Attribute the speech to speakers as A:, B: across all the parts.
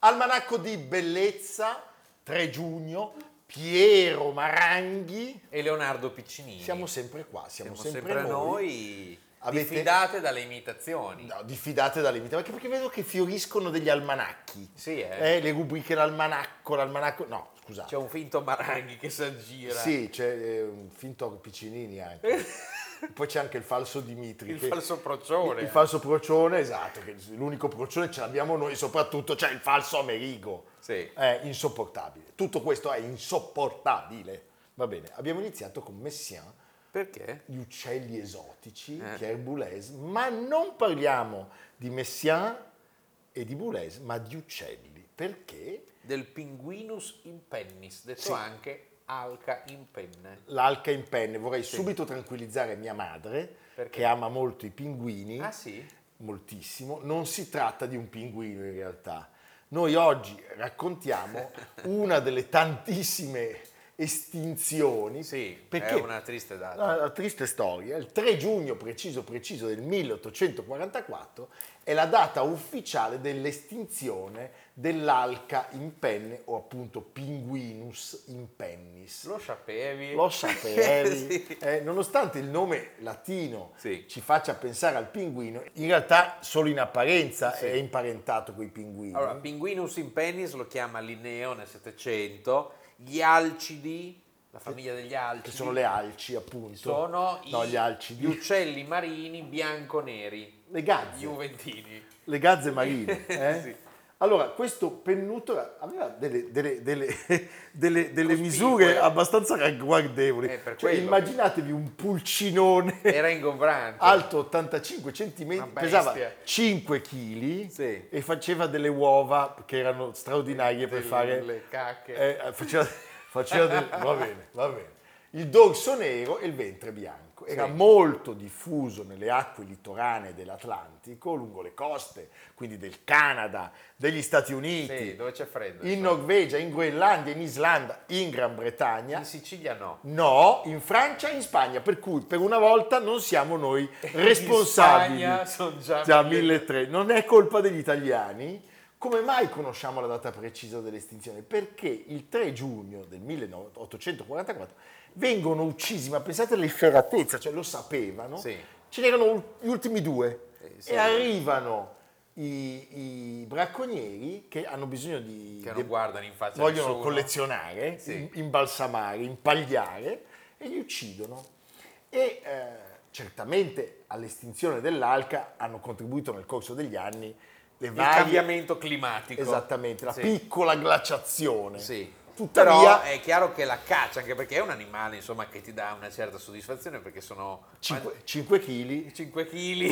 A: Almanacco di Bellezza, 3 giugno, Piero Maranghi.
B: e Leonardo Piccinini.
A: Siamo sempre qua, siamo,
B: Siamo sempre noi,
A: Avete-
B: diffidate dalle imitazioni.
A: No, diffidate dalle imitazioni, anche perché vedo che fioriscono degli almanacchi.
B: Sì, eh. Cioè,
A: Eh, le rubriche l'almanacco, l'almanacco... No, scusate.
B: C'è un finto Maranghi che si aggira.
A: Sì, c'è eh, un finto Piccinini anche. Poi c'è anche il falso Dimitri.
B: Il
A: che-
B: falso procione.
A: Il falso procione, esatto, che l'unico procione ce l'abbiamo noi, soprattutto c'è il falso Amerigo.
B: Sì.
A: È insopportabile. Tutto questo è insopportabile. Va bene, abbiamo iniziato con Messiaen,
B: Perché?
A: gli uccelli esotici,
B: Eh.
A: Pierre Boulez, ma non parliamo di Messiaen e di Boulez, ma di uccelli. Perché
B: Del pinguinus in pennis, detto
A: Sì.
B: anche alca in penne.
A: l'alca in penne? Vorrei subito tranquillizzare mia madre,
B: Perché?
A: che ama molto i pinguini.
B: Ah sì?
A: moltissimo, non si tratta di un pinguino in realtà. Noi oggi raccontiamo una delle tantissime estinzioni.
B: Sì,
A: perché Ah.
B: è una triste data.
A: una- una triste storia. Il 3 giugno preciso preciso del 1844 è la data ufficiale dell'estinzione dell'alca in penne o appunto pinguinus in pennis.
B: Lo sapevi?
A: Lo sapevi?
B: Eh, Sì.
A: Eh, nonostante il nome latino
B: Sì.
A: ci faccia pensare al pinguino, in realtà solo in apparenza è imparentato con i pinguini.
B: Allora, pinguinus in pennis lo chiama Linneo nel Settecento, gli alcidi, la famiglia degli alcidi.
A: che sono le alci, appunto.
B: sono
A: No,
B: i-
A: gli alci,
B: gli uccelli marini bianco-neri,
A: le gazze,
B: juventini.
A: le gazze marine. eh?
B: Sì.
A: Allora, questo pennuto era- aveva delle, delle- delle- delle- delle
B: Cospicue.
A: misure abbastanza ragguardevoli.
B: Eh, per
A: Cioè,
B: quello.
A: immaginatevi un pulcinone
B: Era ingombrante.
A: alto 85 cm,
B: Una
A: pesava
B: bestia.
A: 5 kg
B: Sì.
A: e faceva delle uova che erano straordinarie per
B: Delle
A: fare
B: cacche.
A: eh, faceva, faceva del- va bene, va bene. Il dorso nero e il ventre bianco. Era
B: Sì.
A: molto diffuso nelle acque litoranee dell'Atlantico, lungo le coste, quindi del Canada, degli Stati Uniti,
B: Sì, dove c'è freddo.
A: in
B: insomma.
A: Norvegia, in Groenlandia, in Islanda, in Gran Bretagna.
B: In Sicilia no.
A: No, in Francia e in Spagna, per cui per una volta non siamo noi responsabili.
B: In Spagna sono già,
A: Già
B: mille-
A: 1300. Non è colpa degli italiani. Come mai conosciamo la data precisa dell'estinzione? Perché il 3 giugno del 1844 vengono uccisi, ma pensate all'efferatezza, cioè lo sapevano,
B: Sì.
A: ce n'erano ul- gli ultimi due
B: Eh, sì.
A: e arrivano i, i bracconieri che hanno bisogno di...
B: Che non
A: de-
B: guardano in faccia
A: vogliono
B: nessuno.
A: collezionare,
B: Sì.
A: im- imbalsamare, impagliare e li uccidono. E eh, certamente all'estinzione dell'alca hanno contribuito nel corso degli anni le
B: Il
A: varie...
B: cambiamento climatico.
A: Esattamente, la
B: Sì.
A: piccola glaciazione.
B: Sì.
A: Tuttavia
B: Però eh, è chiaro che la caccia, anche perché è un animale insomma, che ti dà una certa soddisfazione perché sono
A: 5 kg.
B: 5
A: Tu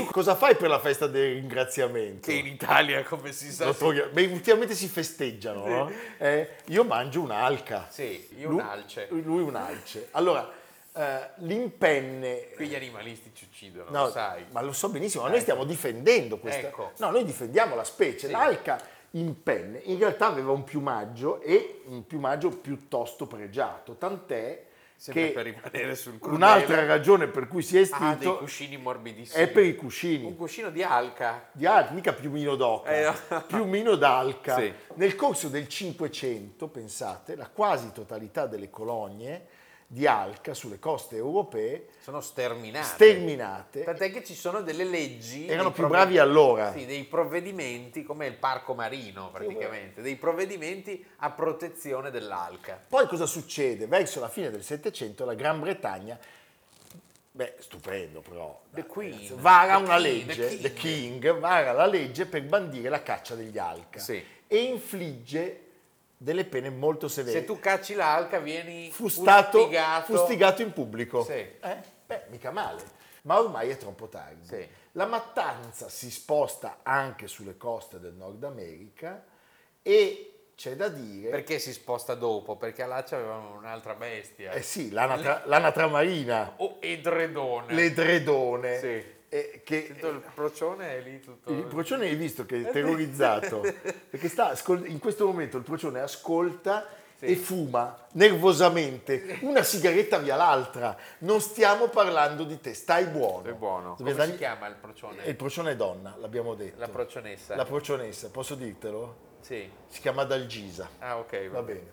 B: kg
A: cosa fai per la festa del ringraziamento?
B: che in Italia come si sa...
A: Dottor Ghia- Beh, ultimamente si festeggiano,
B: Sì.
A: no? Eh, io mangio un'alca.
B: Sì, io
A: Lui-
B: un alce.
A: Lui un alce. Allora, eh, l'impenne...
B: Qui gli animalisti ci uccidono,
A: No,
B: lo sai. Certo.
A: Ma lo so benissimo, ma noi stiamo difendendo questa.
B: Ecco.
A: No, noi difendiamo la specie.
B: Sì.
A: L'alca in penne in realtà aveva un piumaggio e un piumaggio piuttosto pregiato, tant'è
B: Sempre
A: che
B: per rimanere sul crudele.
A: un'altra ragione per cui si è estinto
B: Ah, dei cuscini morbidissimi.
A: è per i
B: Un
A: cuscini.
B: cuscino di alca.
A: Di Alca, mica piumino d'oca,
B: Eh, no.
A: piumino d'alca.
B: Sì.
A: Nel corso del Cinquecento, pensate, la quasi totalità delle colonie di alca sulle coste europee
B: Sono sterminati.
A: sterminate
B: Ah, Tant'è che ci sono delle leggi.
A: Erano
B: dei
A: più
B: provved-
A: bravi allora.
B: Sì, dei provvedimenti come il parco marino praticamente, dei provvedimenti a protezione dell'alca.
A: Poi cosa succede? Verso la fine del Settecento la Gran Bretagna, beh, stupendo però,
B: The
A: dai,
B: Queen.
A: ragazzi, vara
B: The
A: una
B: King,
A: legge,
B: the
A: the king. vara la legge per bandire la caccia degli alca
B: Sì.
A: e infligge delle pene molto severe.
B: Se tu cacci l'alca vieni
A: fustato,
B: fustigato.
A: fustigato in pubblico.
B: Sì.
A: Eh? Beh, mica male. Ma ormai è troppo tardi.
B: Sì.
A: La mattanza si sposta anche sulle coste del Nord America e c'è da dire...
B: Perché si sposta dopo? Perché a Laccia avevano un'altra bestia.
A: Eh sì, l'anatra, l'anatra marina,
B: O edredone.
A: l'edredone,
B: Eh. Sì.
A: eh, che eh,
B: Tutto il Eh, procione è lì tutto.
A: il procione hai visto che è terrorizzato, perché sta ascol- in questo momento il procione ascolta
B: Sì.
A: e fuma nervosamente una sigaretta via l'altra. Non stiamo parlando di te, stai buono.
B: È buono.
A: Dobbiamo
B: Come si
A: dargli-
B: chiama il procione?
A: Il procione è donna, l'abbiamo detto.
B: La procionessa.
A: La procionessa, posso dirtelo?
B: Sì.
A: Si chiama Dalgisa.
B: Ah, ok.
A: Va bene.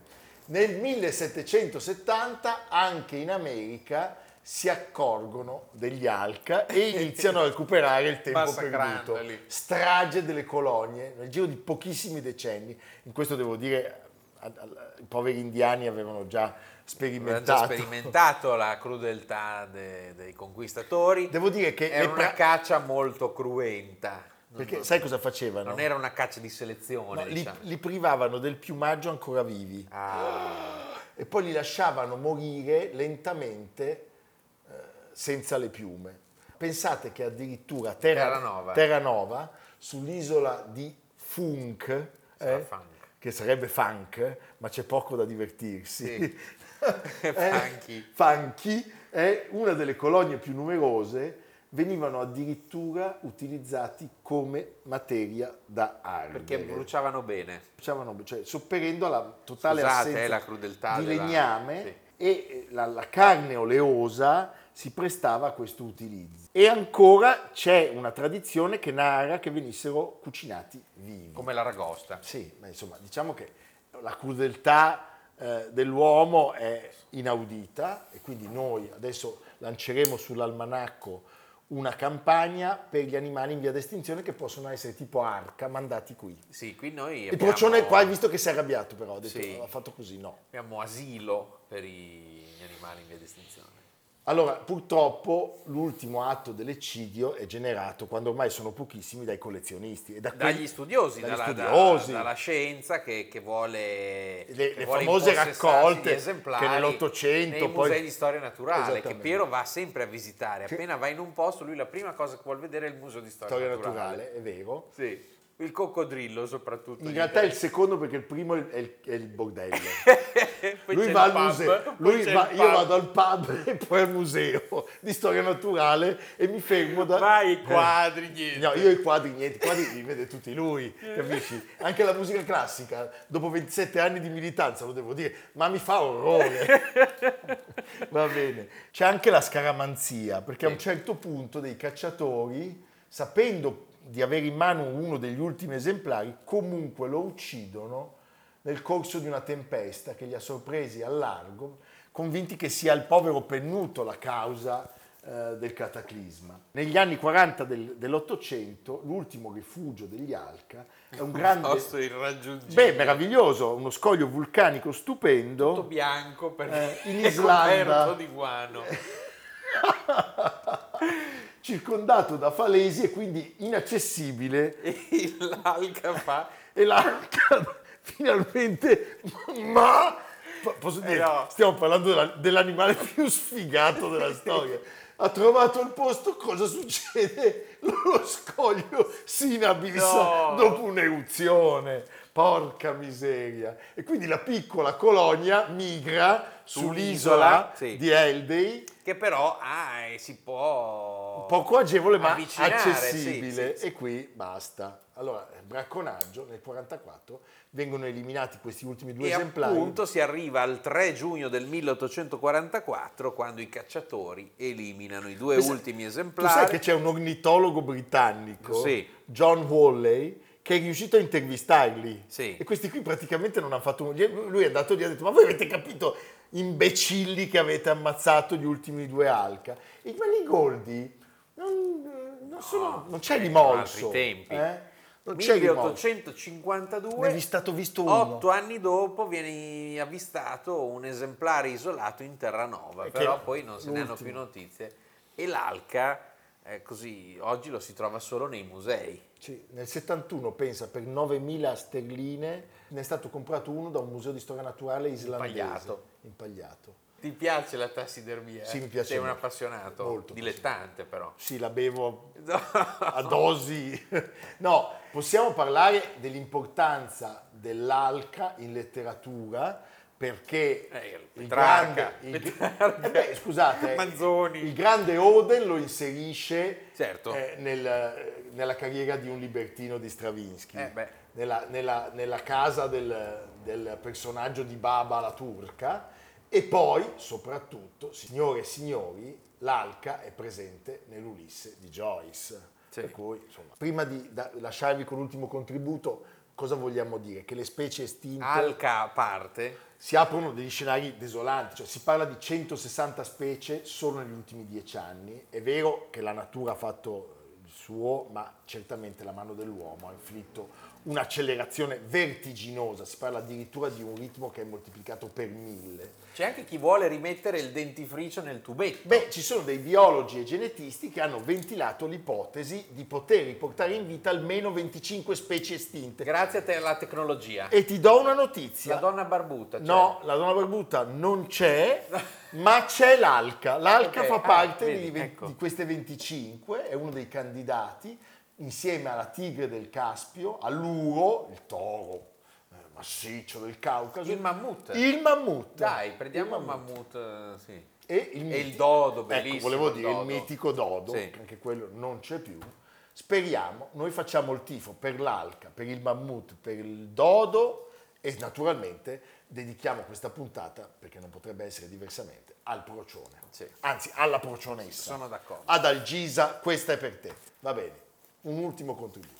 A: Nel 1770 anche in America si accorgono degli Alca e iniziano a recuperare il tempo perduto.
B: Massacrandoli.
A: Strage delle colonie nel giro di pochissimi decenni. In questo devo dire, a- a- i poveri indiani avevano già
B: Avevano già
A: sperimentato.
B: sperimentato la crudeltà de- dei conquistatori.
A: Devo dire che
B: era
A: le
B: una
A: pra-
B: caccia molto cruenta. Non-
A: perché
B: non-
A: sai cosa facevano?
B: non era una caccia di
A: No,
B: selezione.
A: li,
B: diciamo.
A: li privavano del piumaggio ancora vivi
B: Ah,
A: e poi li lasciavano morire lentamente eh, senza le piume. Pensate che addirittura a Terra,
B: Terranova.
A: Terranova, sull'isola di Funk,
B: sarà
A: eh,
B: funk.
A: che sarebbe funk, ma c'è poco da divertirsi. Eh,
B: Sì. Funky.
A: funky, è una delle colonie più numerose, venivano addirittura utilizzati come materia da ardere
B: Perché bruciavano bene.
A: diciamo, cioè, sopperendo alla totale
B: Scusate, eh,
A: assenza
B: la crudeltà
A: di
B: della-
A: legname
B: sì.
A: e eh, la, la carne oleosa si prestava a questo utilizzo. E ancora c'è una tradizione che narra che venissero cucinati vivi.
B: Come l'aragosta.
A: Sì, ma insomma, diciamo che la crudeltà eh, dell'uomo è inaudita e quindi noi adesso lanceremo sull'almanacco una campagna per gli animali in via d'estinzione che possono essere tipo arca mandati qui.
B: Sì, qui noi
A: Il
B: abbiamo-
A: procione qua hai visto che si è arrabbiato però, ha, detto,
B: Sì.
A: ha fatto così, no.
B: abbiamo asilo per i- gli animali in via di estinzione.
A: Allora, purtroppo l'ultimo atto dell'eccidio è generato quando ormai sono pochissimi dai collezionisti. E da quel-
B: dagli studiosi,
A: dagli
B: dalla, da-
A: studiosi.
B: dalla scienza che, che vuole
A: Le-
B: che
A: le
B: vuole
A: famose
B: impossessarsi
A: raccolte
B: di esemplari
A: che nell'Ottocento
B: nei
A: poi-
B: musei di storia naturale che
A: Esattamente.
B: Piero va sempre a visitare
A: Sì.
B: appena va in un posto lui la prima cosa che vuol vedere è il museo di storia,
A: storia
B: naturale,
A: naturale, è vero.
B: Sì. il coccodrillo soprattutto
A: In
B: gli
A: realtà è il
B: interessa.
A: secondo perché il primo è il, è il- è il bordello.
B: Poi c'è
A: lui
B: il
A: va al
B: pub,
A: museo,
B: poi
A: lui
B: c'è il
A: va- io
B: pub.
A: vado al pub e poi al museo di storia naturale e mi fermo da...
B: Vai, i
A: Eh.
B: quadri, niente.
A: No, io i quadri, niente, i quadri li vede tutti lui, capisci? Anche la musica classica, dopo 27 anni di militanza, lo devo dire, ma mi fa orrore. Va bene. C'è anche la scaramanzia, perché a un certo punto dei cacciatori, sapendo di avere in mano uno degli ultimi esemplari, comunque lo uccidono nel corso di una tempesta che li ha sorpresi al largo, convinti che sia il povero pennuto la causa eh, del cataclisma. Negli anni 40 del- dell'Ottocento, l'ultimo rifugio degli Alca è un
B: posto
A: grande...
B: irraggiungibile
A: Beh, meraviglioso, uno scoglio vulcanico stupendo.
B: tutto bianco perché
A: Eh, in
B: è coperto
A: Islanda.
B: di guano
A: circondato da falesi e quindi inaccessibile
B: e l'alca fa
A: e l'arca finalmente ma po- posso dire
B: Eh no.
A: stiamo parlando della- dell'animale più sfigato della storia ha trovato il posto cosa succede lo scoglio si inabissa
B: No.
A: dopo un'eruzione porca miseria e quindi la piccola colonia migra sull'isola
B: Sull'isola, sì.
A: di Eldey
B: che però ah, eh, si può
A: poco agevole ma
B: avvicinare, sì,
A: accessibile
B: sì, sì.
A: e qui basta. Allora, bracconaggio nel 44 vengono eliminati questi ultimi due
B: e
A: esemplari.
B: appunto si arriva al 3 giugno del 1844 quando i cacciatori eliminano i due
A: Tu sai-
B: ultimi
A: Tu sai che
B: esemplari.
A: c'è un ornitologo britannico,
B: Sì.
A: John Woolley, che è riuscito a intervistarli.
B: Sì.
A: E questi qui praticamente non hanno fatto un... Lui è andato lì e ha detto, ma voi avete capito, imbecilli che avete ammazzato gli ultimi due alca. E, ma lì Goldi non, non sono-
B: No,
A: non c'è
B: c'erano
A: rimorso.
B: altri tempi.
A: eh? Non c'è rimorso.
B: 1852,
A: Ne è stato visto uno.
B: otto anni dopo viene avvistato un esemplare isolato in Terranova,
A: Eh, che
B: però
A: era
B: poi non se ne hanno più
A: l'ultimo.
B: notizie. E l'alca, eh, così, oggi lo si trova solo nei musei.
A: Sì, nel 71, pensa, per 9.000 sterline ne è stato comprato uno da un museo di storia naturale islandese.
B: Impagliato.
A: Impagliato.
B: Ti piace la tassidermia?
A: Sì, mi piace
B: Sei un
A: molto.
B: appassionato,
A: Molto
B: dilettante però.
A: Sì, la bevo
B: No.
A: a dosi. No, possiamo parlare dell'importanza dell'alca in letteratura perché
B: Eh,
A: il
B: Petrarca,
A: grande, il-
B: Petrarca,
A: eh beh, scusate,
B: Manzoni.
A: il grande Oden lo inserisce
B: Certo.
A: eh, nel- nella carriera di un libertino di Stravinsky,
B: Eh, beh.
A: nella, nella- nella casa del, del personaggio di Baba la turca e poi, soprattutto, signore e signori, l'alca è presente nell'Ulisse di Joyce.
B: Sì.
A: Per cui, insomma, prima di da- lasciarvi con l'ultimo contributo, cosa vogliamo dire? Che le specie estinte
B: Alca a parte,
A: si aprono degli scenari desolanti, cioè si parla di 160 specie solo negli ultimi dieci anni. È vero che la natura ha fatto il suo, ma certamente la mano dell'uomo ha inflitto un'accelerazione vertiginosa, si parla addirittura di un ritmo che è moltiplicato per mille.
B: c'è anche chi vuole rimettere il dentifricio nel tubetto.
A: Beh, ci sono dei biologi e genetisti che hanno ventilato l'ipotesi di poter riportare in vita almeno 25 specie estinte.
B: Grazie a te alla tecnologia.
A: E ti do una
B: La
A: notizia.
B: donna barbuta. cioè.
A: Eh, No, la donna barbuta non c'è, ma c'è l'alca. L'alca
B: Ok,
A: fa
B: ah,
A: parte
B: vedi,
A: di, ve-
B: ecco.
A: di queste 25, è uno dei candidati, insieme alla tigre del Caspio, all'uro, il toro eh, massiccio del Caucaso.
B: Il mammut.
A: Il mammut.
B: Dai, prendiamo
A: Il
B: un mammut. eh, sì.
A: E il,
B: E il
A: miti-
B: dodo,
A: Ecco,
B: bellissimo
A: volevo
B: il
A: dire,
B: dodo.
A: il mitico dodo,
B: Sì.
A: che anche quello non c'è più. Speriamo, noi facciamo il tifo per l'alca, per il mammut, per il dodo e naturalmente dedichiamo questa puntata, perché non potrebbe essere diversamente, al procione.
B: Sì.
A: Anzi, alla procionessa.
B: Sono d'accordo.
A: Ad Algisa, questa è per te. Va bene, un ultimo contributo.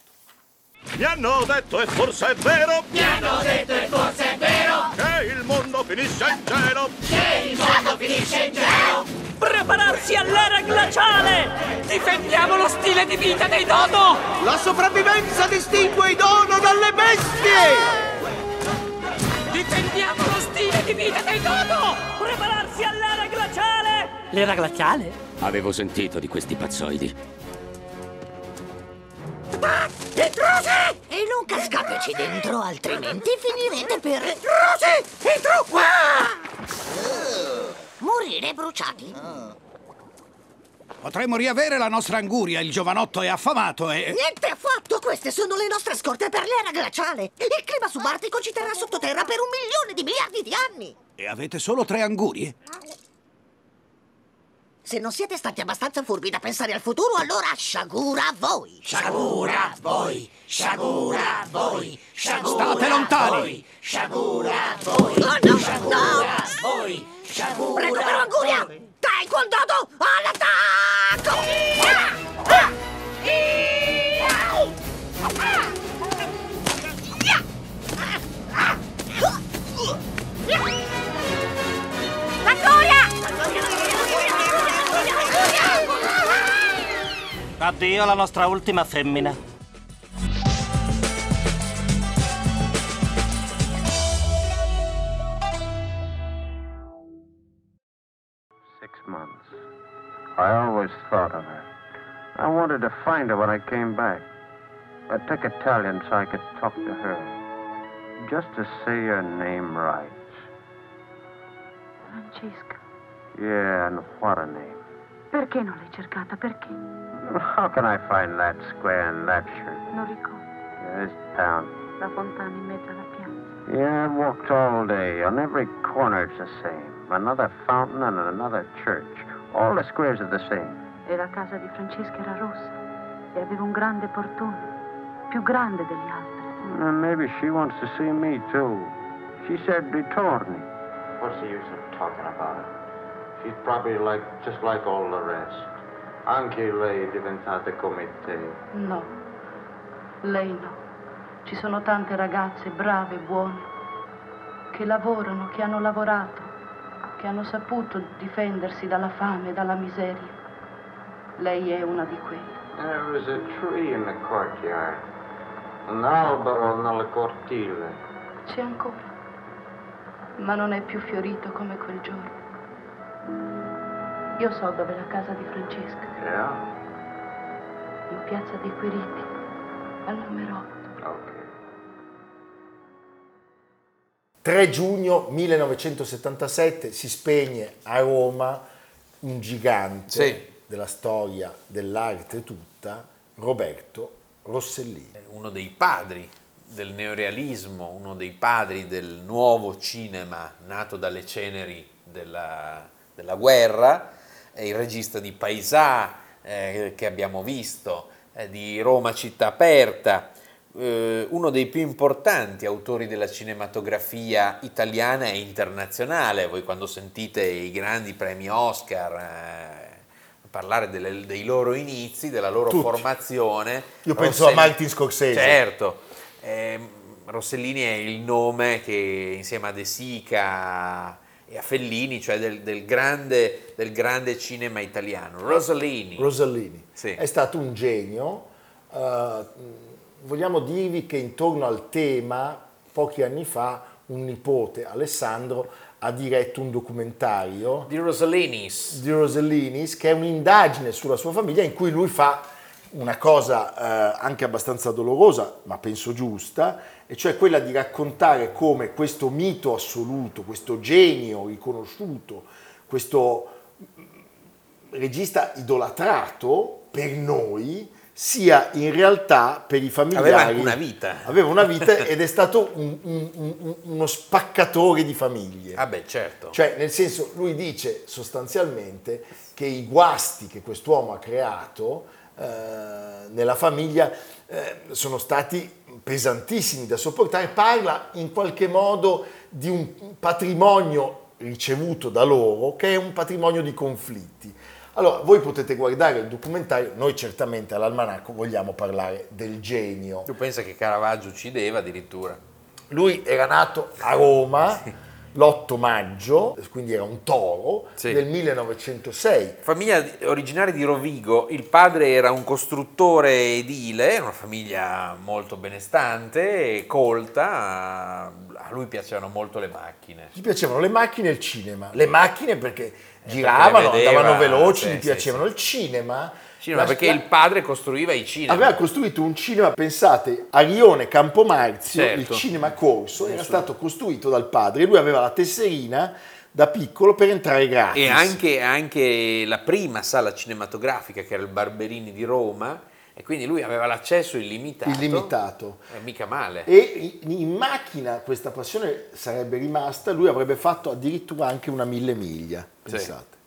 C: Mi hanno detto e forse è vero
D: Mi hanno detto e forse è vero
C: che il mondo finisce in cielo.
D: che il mondo finisce in giro.
E: Prepararsi all'era glaciale! Difendiamo lo stile di vita dei Dodo!
F: La sopravvivenza distingue i dono dalle bestie!
E: Difendiamo lo stile di vita dei Dodo! Prepararsi all'era glaciale! L'era glaciale?
G: Avevo sentito di questi pazzoidi.
H: Petrose! E non cascateci dentro, altrimenti finirete per...
F: Rosy! Entro qua!
H: morire bruciati.
I: Potremmo riavere la nostra anguria, il giovanotto è affamato
J: Eh,
I: e...
H: Niente affatto! Queste sono le nostre scorte per l'era glaciale! Il clima subartico ci terrà sottoterra per un milione di miliardi di anni!
I: E avete solo tre angurie?
H: Se non siete stati abbastanza furbi da pensare al futuro, allora sciagura a voi!
F: Sciagura voi! Sciagura voi! Sciagura
I: State lontani!
F: voi! Sciagura
H: Oh
F: voi!
H: no, no!
F: Voi! Sciagura
H: Recupero anguria! Dai, quel dodo! All'attacco! Ah! Ah! Anguria!
F: Addio alla nostra ultima femmina.
K: Six months. I always thought of her. I wanted to find her when I came back. I took Italian so I could talk to her. Just to say her name right.
E: Francesca,
K: Yeah, and what a name.
E: perché non l'hai cercata? Perché?
K: How can I find that square in that shirt?
E: Non ricordo.
K: This town.
E: La fontana in mezzo alla piazza.
K: Yeah, I've walked all day. On every corner it's the same. Another fountain and another church. All the squares are the same.
E: E la casa di Francesca era rossa. E aveva un grande portone.
L: più grande degli altri.
K: And Uh, maybe she wants to see me too. She said ritorni. What's the use of talking about it? She's probably like just like all the rest. Anche lei è diventata come te.
L: No, lei no. Ci sono tante ragazze brave, buone, che lavorano, che hanno lavorato, che hanno saputo difendersi dalla fame, dalla miseria. Lei è una di quelle.
K: There was a tree in the courtyard. Un albero nella cortile.
L: C'è ancora, ma non è più fiorito come quel giorno. Io so dove è la casa di Francesca,
K: Yeah?
L: in piazza dei Quiriti, al numero 8.
K: Okay.
A: 3 giugno 1977 si spegne a Roma un gigante della storia dell'arte tutta, Roberto Rossellini.
B: uno dei padri del neorealismo, uno dei padri del nuovo cinema nato dalle ceneri della, della guerra, è il regista di Paisà eh, che abbiamo visto, eh, di Roma città aperta, eh, uno dei più importanti autori della cinematografia italiana e internazionale. Voi quando sentite i grandi premi Oscar eh, parlare delle- dei loro inizi, della loro
A: Tutti.
B: formazione,
A: Io penso a
B: Rossellini-
A: Martin Scorsese.
B: Certo, ehm, Rossellini è il nome che insieme a De Sica e a Fellini, cioè del, del grande, del grande cinema italiano. Rossellini.
A: Rossellini.
B: Sì.
A: È stato un genio. eh, mh, vogliamo dirvi che intorno al tema, pochi anni fa, un nipote, Alessandro, ha diretto un documentario
B: di Rossellinis.
A: di Rosellinis, che è un'indagine sulla sua famiglia in cui lui fa una cosa eh, anche abbastanza dolorosa, ma penso giusta, e cioè quella di raccontare come questo mito assoluto, questo genio riconosciuto, questo mm, regista idolatrato per noi, sia in realtà per i familiari
B: Aveva anche una vita.
A: aveva una vita ed è stato un- un- un- uno spaccatore di famiglie.
B: Ah beh, certo.
A: Cioè, nel senso, lui dice sostanzialmente che i guasti che quest'uomo ha creato eh, nella famiglia eh, sono stati pesantissimi da sopportare. Parla in qualche modo di un patrimonio ricevuto da loro che è un patrimonio di conflitti. Allora, voi potete guardare il documentario, noi certamente all'Almanacco vogliamo parlare del genio.
B: Tu pensa che Caravaggio uccideva addirittura.
A: Lui era nato a Roma l'8 maggio, quindi era un toro,
B: Sì.
A: del 1906.
B: Famiglia di- originaria di Rovigo, il padre era un costruttore edile, una famiglia molto benestante e colta, a lui piacevano molto le macchine.
A: Gli piacevano le macchine e il cinema. Le macchine perché giravano,
B: perché Eh, le vedeva,
A: andavano veloci,
B: sì,
A: gli
B: sì,
A: piacevano il cinema.
B: Cinema,
A: La-
B: perché
A: la-
B: il padre costruiva i cinema.
A: Aveva costruito un cinema, pensate, a Rione Campomarzio,
B: Certo.
A: il cinema Corso, era stato costruito dal padre e lui aveva la tesserina da piccolo per entrare gratis.
B: E anche, anche la prima sala cinematografica, che era il Barberini di Roma, e quindi lui aveva l'accesso illimitato.
A: Illimitato.
B: Eh, mica male.
A: E in, in macchina questa passione sarebbe rimasta, lui avrebbe fatto addirittura anche una mille miglia,
B: Sì.
A: pensate.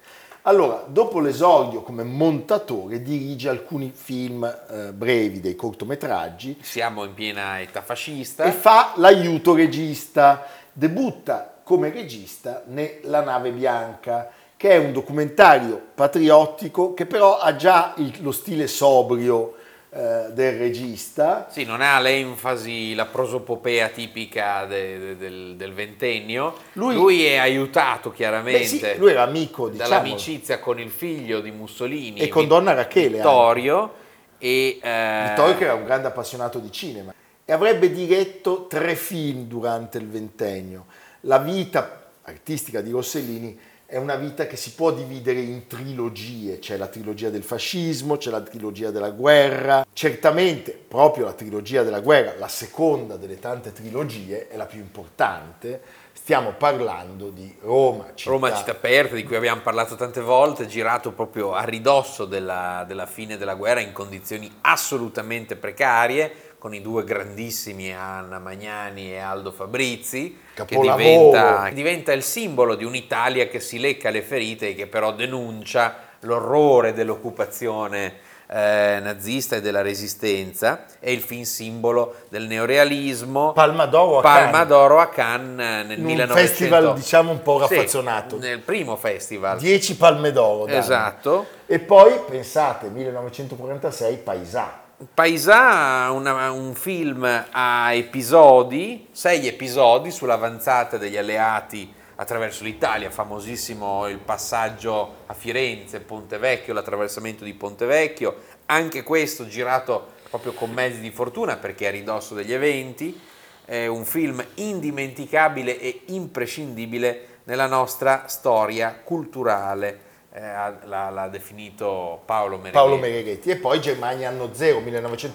A: Allora, dopo l'esordio come montatore, dirige alcuni film eh, brevi, dei cortometraggi,
B: Siamo in piena età fascista.
A: e fa l'aiuto regista. Debutta come regista ne La nave bianca, che è un documentario patriottico che però ha già il- lo stile sobrio eh, del regista.
B: Sì, non ha l'enfasi, la prosopopea tipica de- de- del, del ventennio. Lui,
A: Lui-
B: è aiutato chiaramente
A: Beh, sì, lui era amico, diciamo.
B: dall'amicizia con il figlio di Mussolini
A: E con
B: Vi-
A: Donna Rachele,
B: Vittorio. E, eh,
A: Vittorio che era un grande appassionato di cinema e avrebbe diretto tre film durante il ventennio. La vita artistica di Rossellini è una vita che si può dividere in trilogie, c'è la trilogia del fascismo, c'è la trilogia della guerra, certamente proprio la trilogia della guerra, la seconda delle tante trilogie, è la più importante, stiamo parlando di Roma, città,
B: Roma città aperta, di cui abbiamo parlato tante volte, girato proprio a ridosso della, della fine della guerra in condizioni assolutamente precarie, con i due grandissimi Anna Magnani e Aldo Fabrizi, che
A: Capolavoro.
B: diventa, diventa il simbolo di un'Italia che si lecca le ferite e che però denuncia l'orrore dell'occupazione eh, nazista e della resistenza, è il film simbolo del neorealismo.
A: Palma d'oro a
B: Palma
A: Cannes.
B: d'oro a Cannes eh, nel
A: In un
B: 1900.
A: festival, diciamo, un po'
B: Sì,
A: raffazzonato.
B: nel primo festival.
A: 10 palme d'oro. danno.
B: Esatto.
A: E poi, pensate, 1946, Paisà.
B: Paisà, una- un film a episodi, sei episodi sull'avanzata degli alleati attraverso l'Italia, famosissimo il passaggio a Firenze, Ponte Vecchio, l'attraversamento di Ponte Vecchio, anche questo girato proprio con mezzi di fortuna perché a ridosso degli eventi, è un film indimenticabile e imprescindibile nella nostra storia culturale, eh, ha- l'ha, l'ha definito Paolo Merighetti.
A: Paolo Mereghetti. E poi Germania anno 0,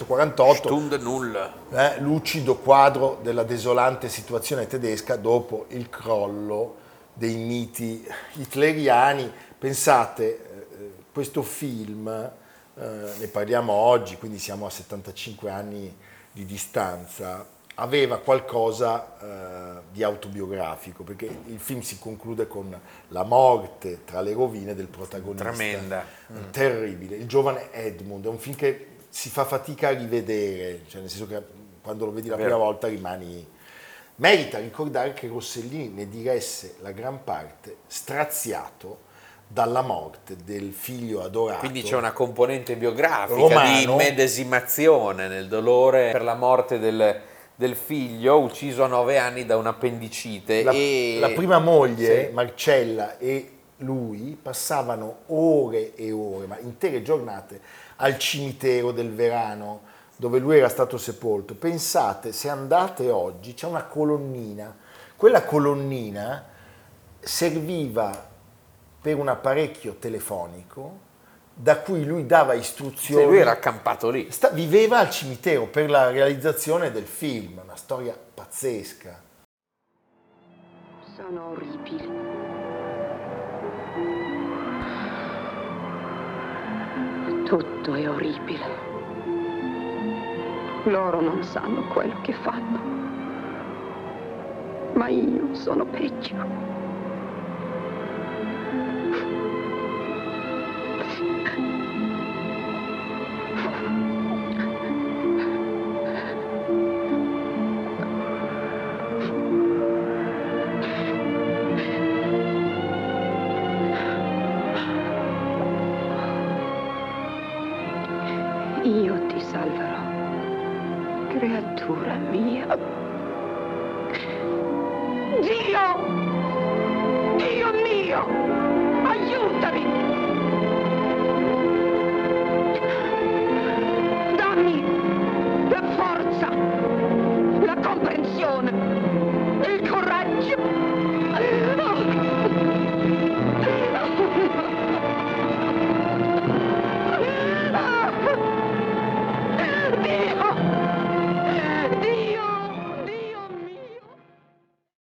A: 1948.
B: Stund null.
A: eh, lucido quadro della desolante situazione tedesca dopo il crollo dei miti hitleriani. Pensate, eh, questo film, eh, ne parliamo oggi, quindi siamo a 75 anni di distanza, aveva qualcosa eh, di autobiografico, perché il film si conclude con la morte tra le rovine del protagonista.
B: Tremenda. Mm.
A: Terribile. Il giovane Edmund è un film che si fa fatica a rivedere, cioè nel senso che quando lo vedi la
B: Vero.
A: prima volta rimani... Merita ricordare che Rossellini ne diresse la gran parte straziato dalla morte del figlio adorato.
B: Quindi c'è una componente biografica di
A: Esatto. Romano.
B: medesimazione nel dolore per la morte del, del figlio ucciso a nove anni da un'appendicite.
A: La,
B: e-
A: la prima moglie,
B: Sì.
A: Marcella, e lui passavano ore e ore, ma intere giornate, al cimitero del Verano, dove lui era stato sepolto. Pensate, se andate oggi, c'è una colonnina. Quella colonnina serviva per un apparecchio telefonico da cui lui dava
B: Sì,
A: istruzioni.
B: lui era accampato lì.
A: Sta- viveva al cimitero per la realizzazione del film, una storia pazzesca.
L: Sono orribili. Tutto è orribile. Loro non sanno quello che fanno. Ma io sono peggio. Io ti salverò, creatura mia. Dio! Dio mio! Aiutami! Dammi la forza, la comprensione, il coraggio.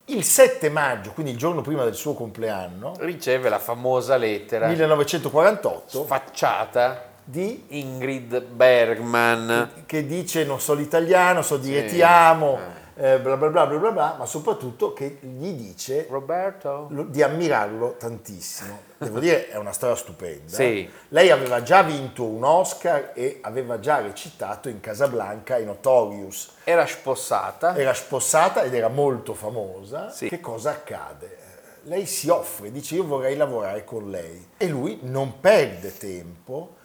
A: Il 7 maggio, quindi il giorno prima del suo compleanno,
B: Riceve la famosa lettera
A: 1948,
B: sfacciata
A: di,
B: Ingrid Bergman.
A: che dice non so l'italiano, so dire
B: Sì.
A: ti amo, eh, bla bla bla bla bla bla, ma soprattutto che gli dice
B: Roberto?
A: lo- di ammirarlo tantissimo. Devo dire, è una storia stupenda.
B: Sì.
A: Lei aveva già vinto un Oscar e aveva già recitato in Casablanca in Notorious.
B: Era spossata.
A: era spossata ed era molto famosa.
B: Sì.
A: Che cosa accade? Eh, Lei si offre, dice io vorrei lavorare con lei e lui non perde tempo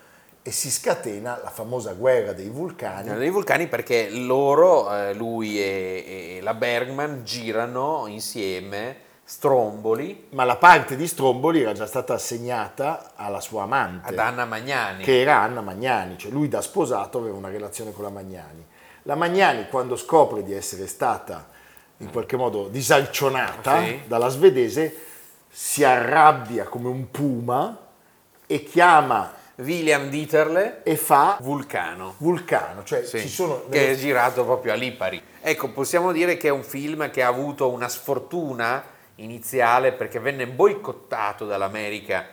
A: e si scatena la famosa guerra dei vulcani.
B: dei vulcani perché loro, eh, lui e, e la Bergman, girano insieme Stromboli
A: Ma la parte di Stromboli era già stata assegnata alla sua amante,
B: ad Anna Magnani.
A: che era Anna Magnani, cioè lui da sposato aveva una relazione con la Magnani. La Magnani quando scopre di essere stata in qualche modo disalcionata
B: Mm. Sì.
A: dalla svedese si arrabbia come un puma e chiama
B: William Dieterle,
A: e fa
B: Vulcano.
A: vulcano, cioè
B: Sì,
A: ci sono
B: che è girato proprio a Lipari. Ecco, possiamo dire che è un film che ha avuto una sfortuna iniziale perché venne boicottato dall'America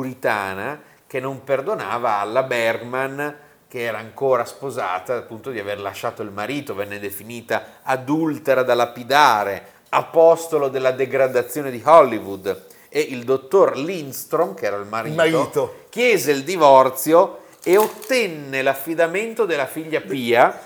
B: puritana che non perdonava alla Bergman che era ancora sposata appunto di aver lasciato il marito, venne definita adultera da lapidare, apostolo della degradazione di Hollywood e il dottor Lindstrom che era il marito,
A: marito.
B: chiese il divorzio e ottenne l'affidamento della figlia Pia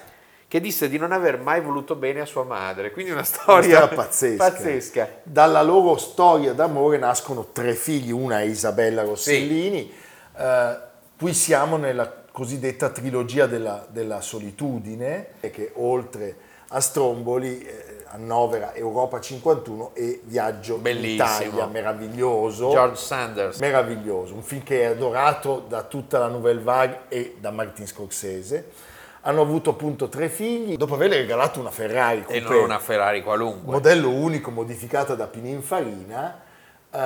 B: che disse di non aver mai voluto bene a sua madre. Quindi una storia,
A: Una storia pazzesca.
B: pazzesca.
A: Dalla loro storia d'amore nascono tre figli, una è Isabella Rossellini. Eh, qui siamo nella cosiddetta trilogia della, della solitudine, che oltre a Stromboli eh, annovera Europa 51 e Viaggio
B: Bellissimo.
A: in Italia, meraviglioso.
B: George Sanders.
A: Meraviglioso, un film che è adorato da tutta la Nouvelle Vague e da Martin Scorsese. Hanno avuto appunto tre figli, dopo averle regalato una Ferrari
B: e non
A: coupé,
B: una Ferrari qualunque.
A: modello unico modificata da Pininfarina, eh,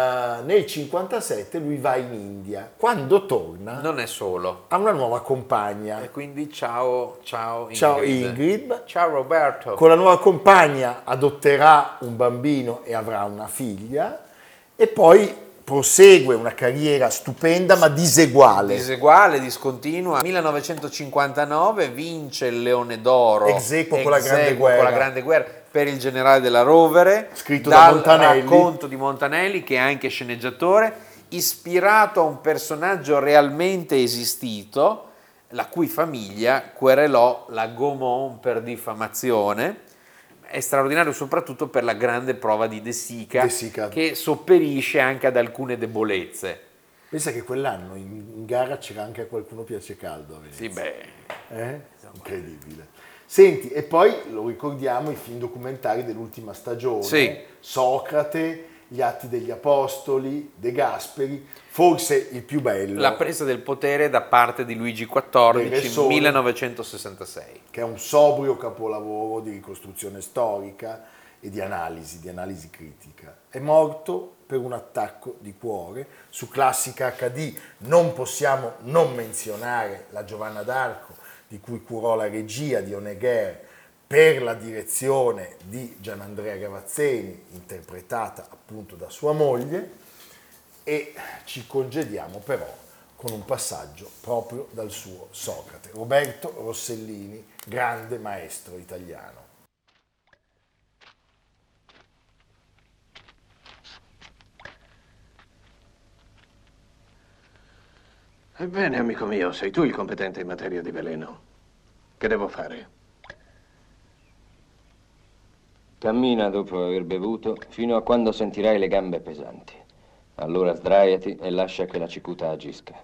A: nel 57 lui va in India. Quando torna
B: Non è solo.
A: ha una nuova compagna.
B: E quindi ciao, ciao Ingrid.
A: Ciao Ingrid.
B: Ciao Roberto.
A: Con la nuova compagna adotterà un bambino e avrà una figlia e poi prosegue una carriera stupenda ma diseguale.
B: Diseguale, discontinua. 1959 vince il Leone d'Oro.
A: Ex aequo con la
B: Ex
A: Grande
B: aequo con la
A: Guerra.
B: Grande Guerra per il generale della Rovere.
A: Scritto da Montanelli.
B: racconto di Montanelli, che è anche sceneggiatore, ispirato a un personaggio realmente esistito, la cui famiglia querelò la Gaumont per diffamazione. È straordinario soprattutto per la grande prova di De Sica,
A: De Sica.
B: che sopperisce anche ad alcune debolezze.
A: Pensa che quell'anno in, in gara c'era anche qualcuno piace caldo a Venezia.
B: Sì, beh,
A: Eh? Incredibile. Senti, e poi lo ricordiamo i film documentari dell'ultima stagione,
B: Sì.
A: Socrate, Gli Atti degli Apostoli, De Gasperi, forse il più bello,
B: La presa del potere da parte di Luigi
A: Del Re
B: XIV
A: Sole.
B: 1966.
A: che è un sobrio capolavoro di ricostruzione storica e di analisi, di analisi critica. È morto per un attacco di cuore su Classica HD. Non possiamo non menzionare la Giovanna d'Arco, di cui curò la regia di Onegher per la direzione di Gianandrea Gavazzeni, interpretata appunto da sua moglie, e ci congediamo però con un passaggio proprio dal suo Socrate, Roberto Rossellini, grande maestro italiano.
J: Ebbene, amico mio, sei tu il competente in materia di veleno. Che devo fare?
M: Cammina dopo aver bevuto fino a quando sentirai le gambe pesanti. Allora sdraiati e lascia che la cicuta agisca.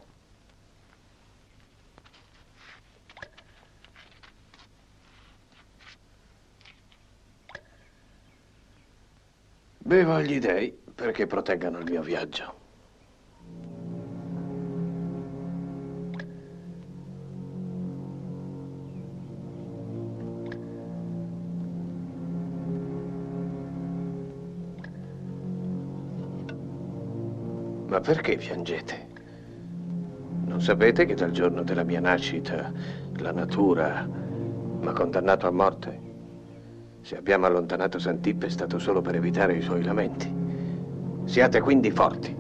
J: Bevo agli dei perché proteggano il mio viaggio. Ma perché piangete? Non sapete che dal giorno della mia nascita la natura mi ha condannato a morte? Se abbiamo allontanato Santippe è stato solo per evitare i suoi lamenti. Siate quindi forti.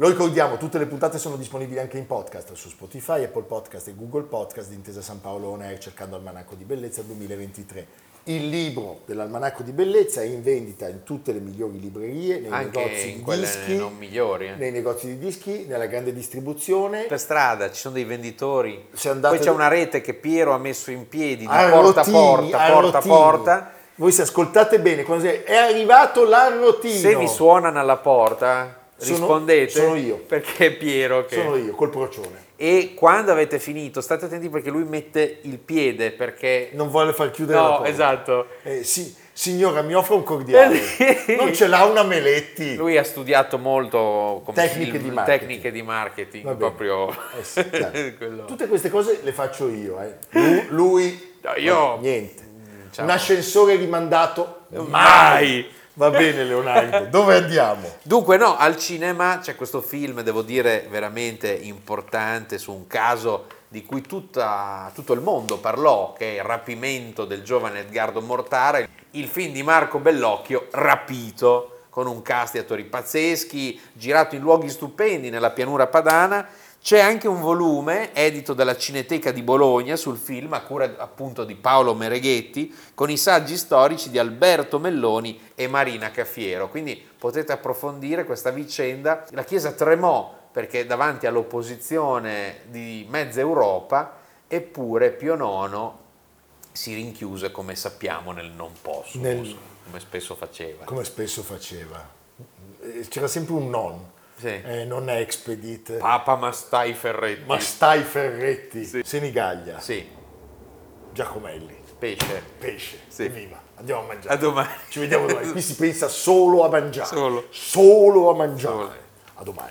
A: Lo ricordiamo, tutte le puntate sono disponibili anche in podcast su Spotify, Apple Podcast e Google Podcast di Intesa San Paolo On Air cercando Almanacco di Bellezza 2023. Il libro dell'Almanacco di Bellezza è in vendita in tutte le migliori librerie, nei
B: Anche
A: negozi
B: in
A: di
B: quelle
A: dischi,
B: non migliori. eh.
A: nei negozi di dischi, nella grande distribuzione.
B: Per strada ci sono dei venditori.
A: Se andate-
B: Poi c'è una rete che Piero ha messo in piedi di
A: A
B: porta a
A: rotini,
B: porta,
A: a
B: porta a
A: rotini.
B: porta.
A: Voi se ascoltate bene, quando si- è arrivato l'arrotino.
B: Se vi suonano alla porta,
A: Sono-
B: rispondete.
A: sono io.
B: Perché è Piero che...
A: Sono io, col procione.
B: E quando avete finito, state attenti perché lui mette il piede perché...
A: Non vuole far chiudere la
B: No,
A: porta.
B: esatto.
A: Eh, sì, signora, mi offra un cordiale. non ce l'ha una Meletti.
B: Lui ha studiato molto come
A: Tecniche
B: film-
A: di marketing.
B: tecniche di marketing,
A: Va bene.
B: proprio
A: Eh sì, dai.
B: quello.
A: Tutte queste cose le faccio io. eh. Lu- Lui,
B: No, io- Mm,
A: eh, niente.
B: ciao.
A: Un ascensore rimandato
B: Mai.
A: Va bene, Leonardo. Dove andiamo?
B: Dunque no, al cinema c'è questo film, devo dire, veramente importante su un caso di cui tutta- tutto il mondo parlò, che è il rapimento del giovane Edgardo Mortara, il film di Marco Bellocchio, Rapito, con un cast di attori pazzeschi, girato in luoghi stupendi nella pianura padana, C'è anche un volume edito dalla Cineteca di Bologna sul film a cura appunto di Paolo Mereghetti con i saggi storici di Alberto Melloni e Marina Caffiero. Quindi potete approfondire questa vicenda. La Chiesa tremò perché davanti all'opposizione di mezza Europa, eppure Pio IX si rinchiuse come sappiamo nel non posso,
A: Nel-
B: come spesso faceva.
A: come spesso faceva. Eh, C'era sempre un non, Eh, non expedite,
B: Papa ma stai ferretti.
A: ma stai Ferretti, Senigallia,
B: Sì.
A: Giacomelli,
B: pesce,
A: pesce,
B: Sì.
A: evviva, andiamo a mangiare.
B: A domani.
A: Ci vediamo domani. Qui si pensa solo a mangiare.
B: Solo.
A: Solo a mangiare. A domani.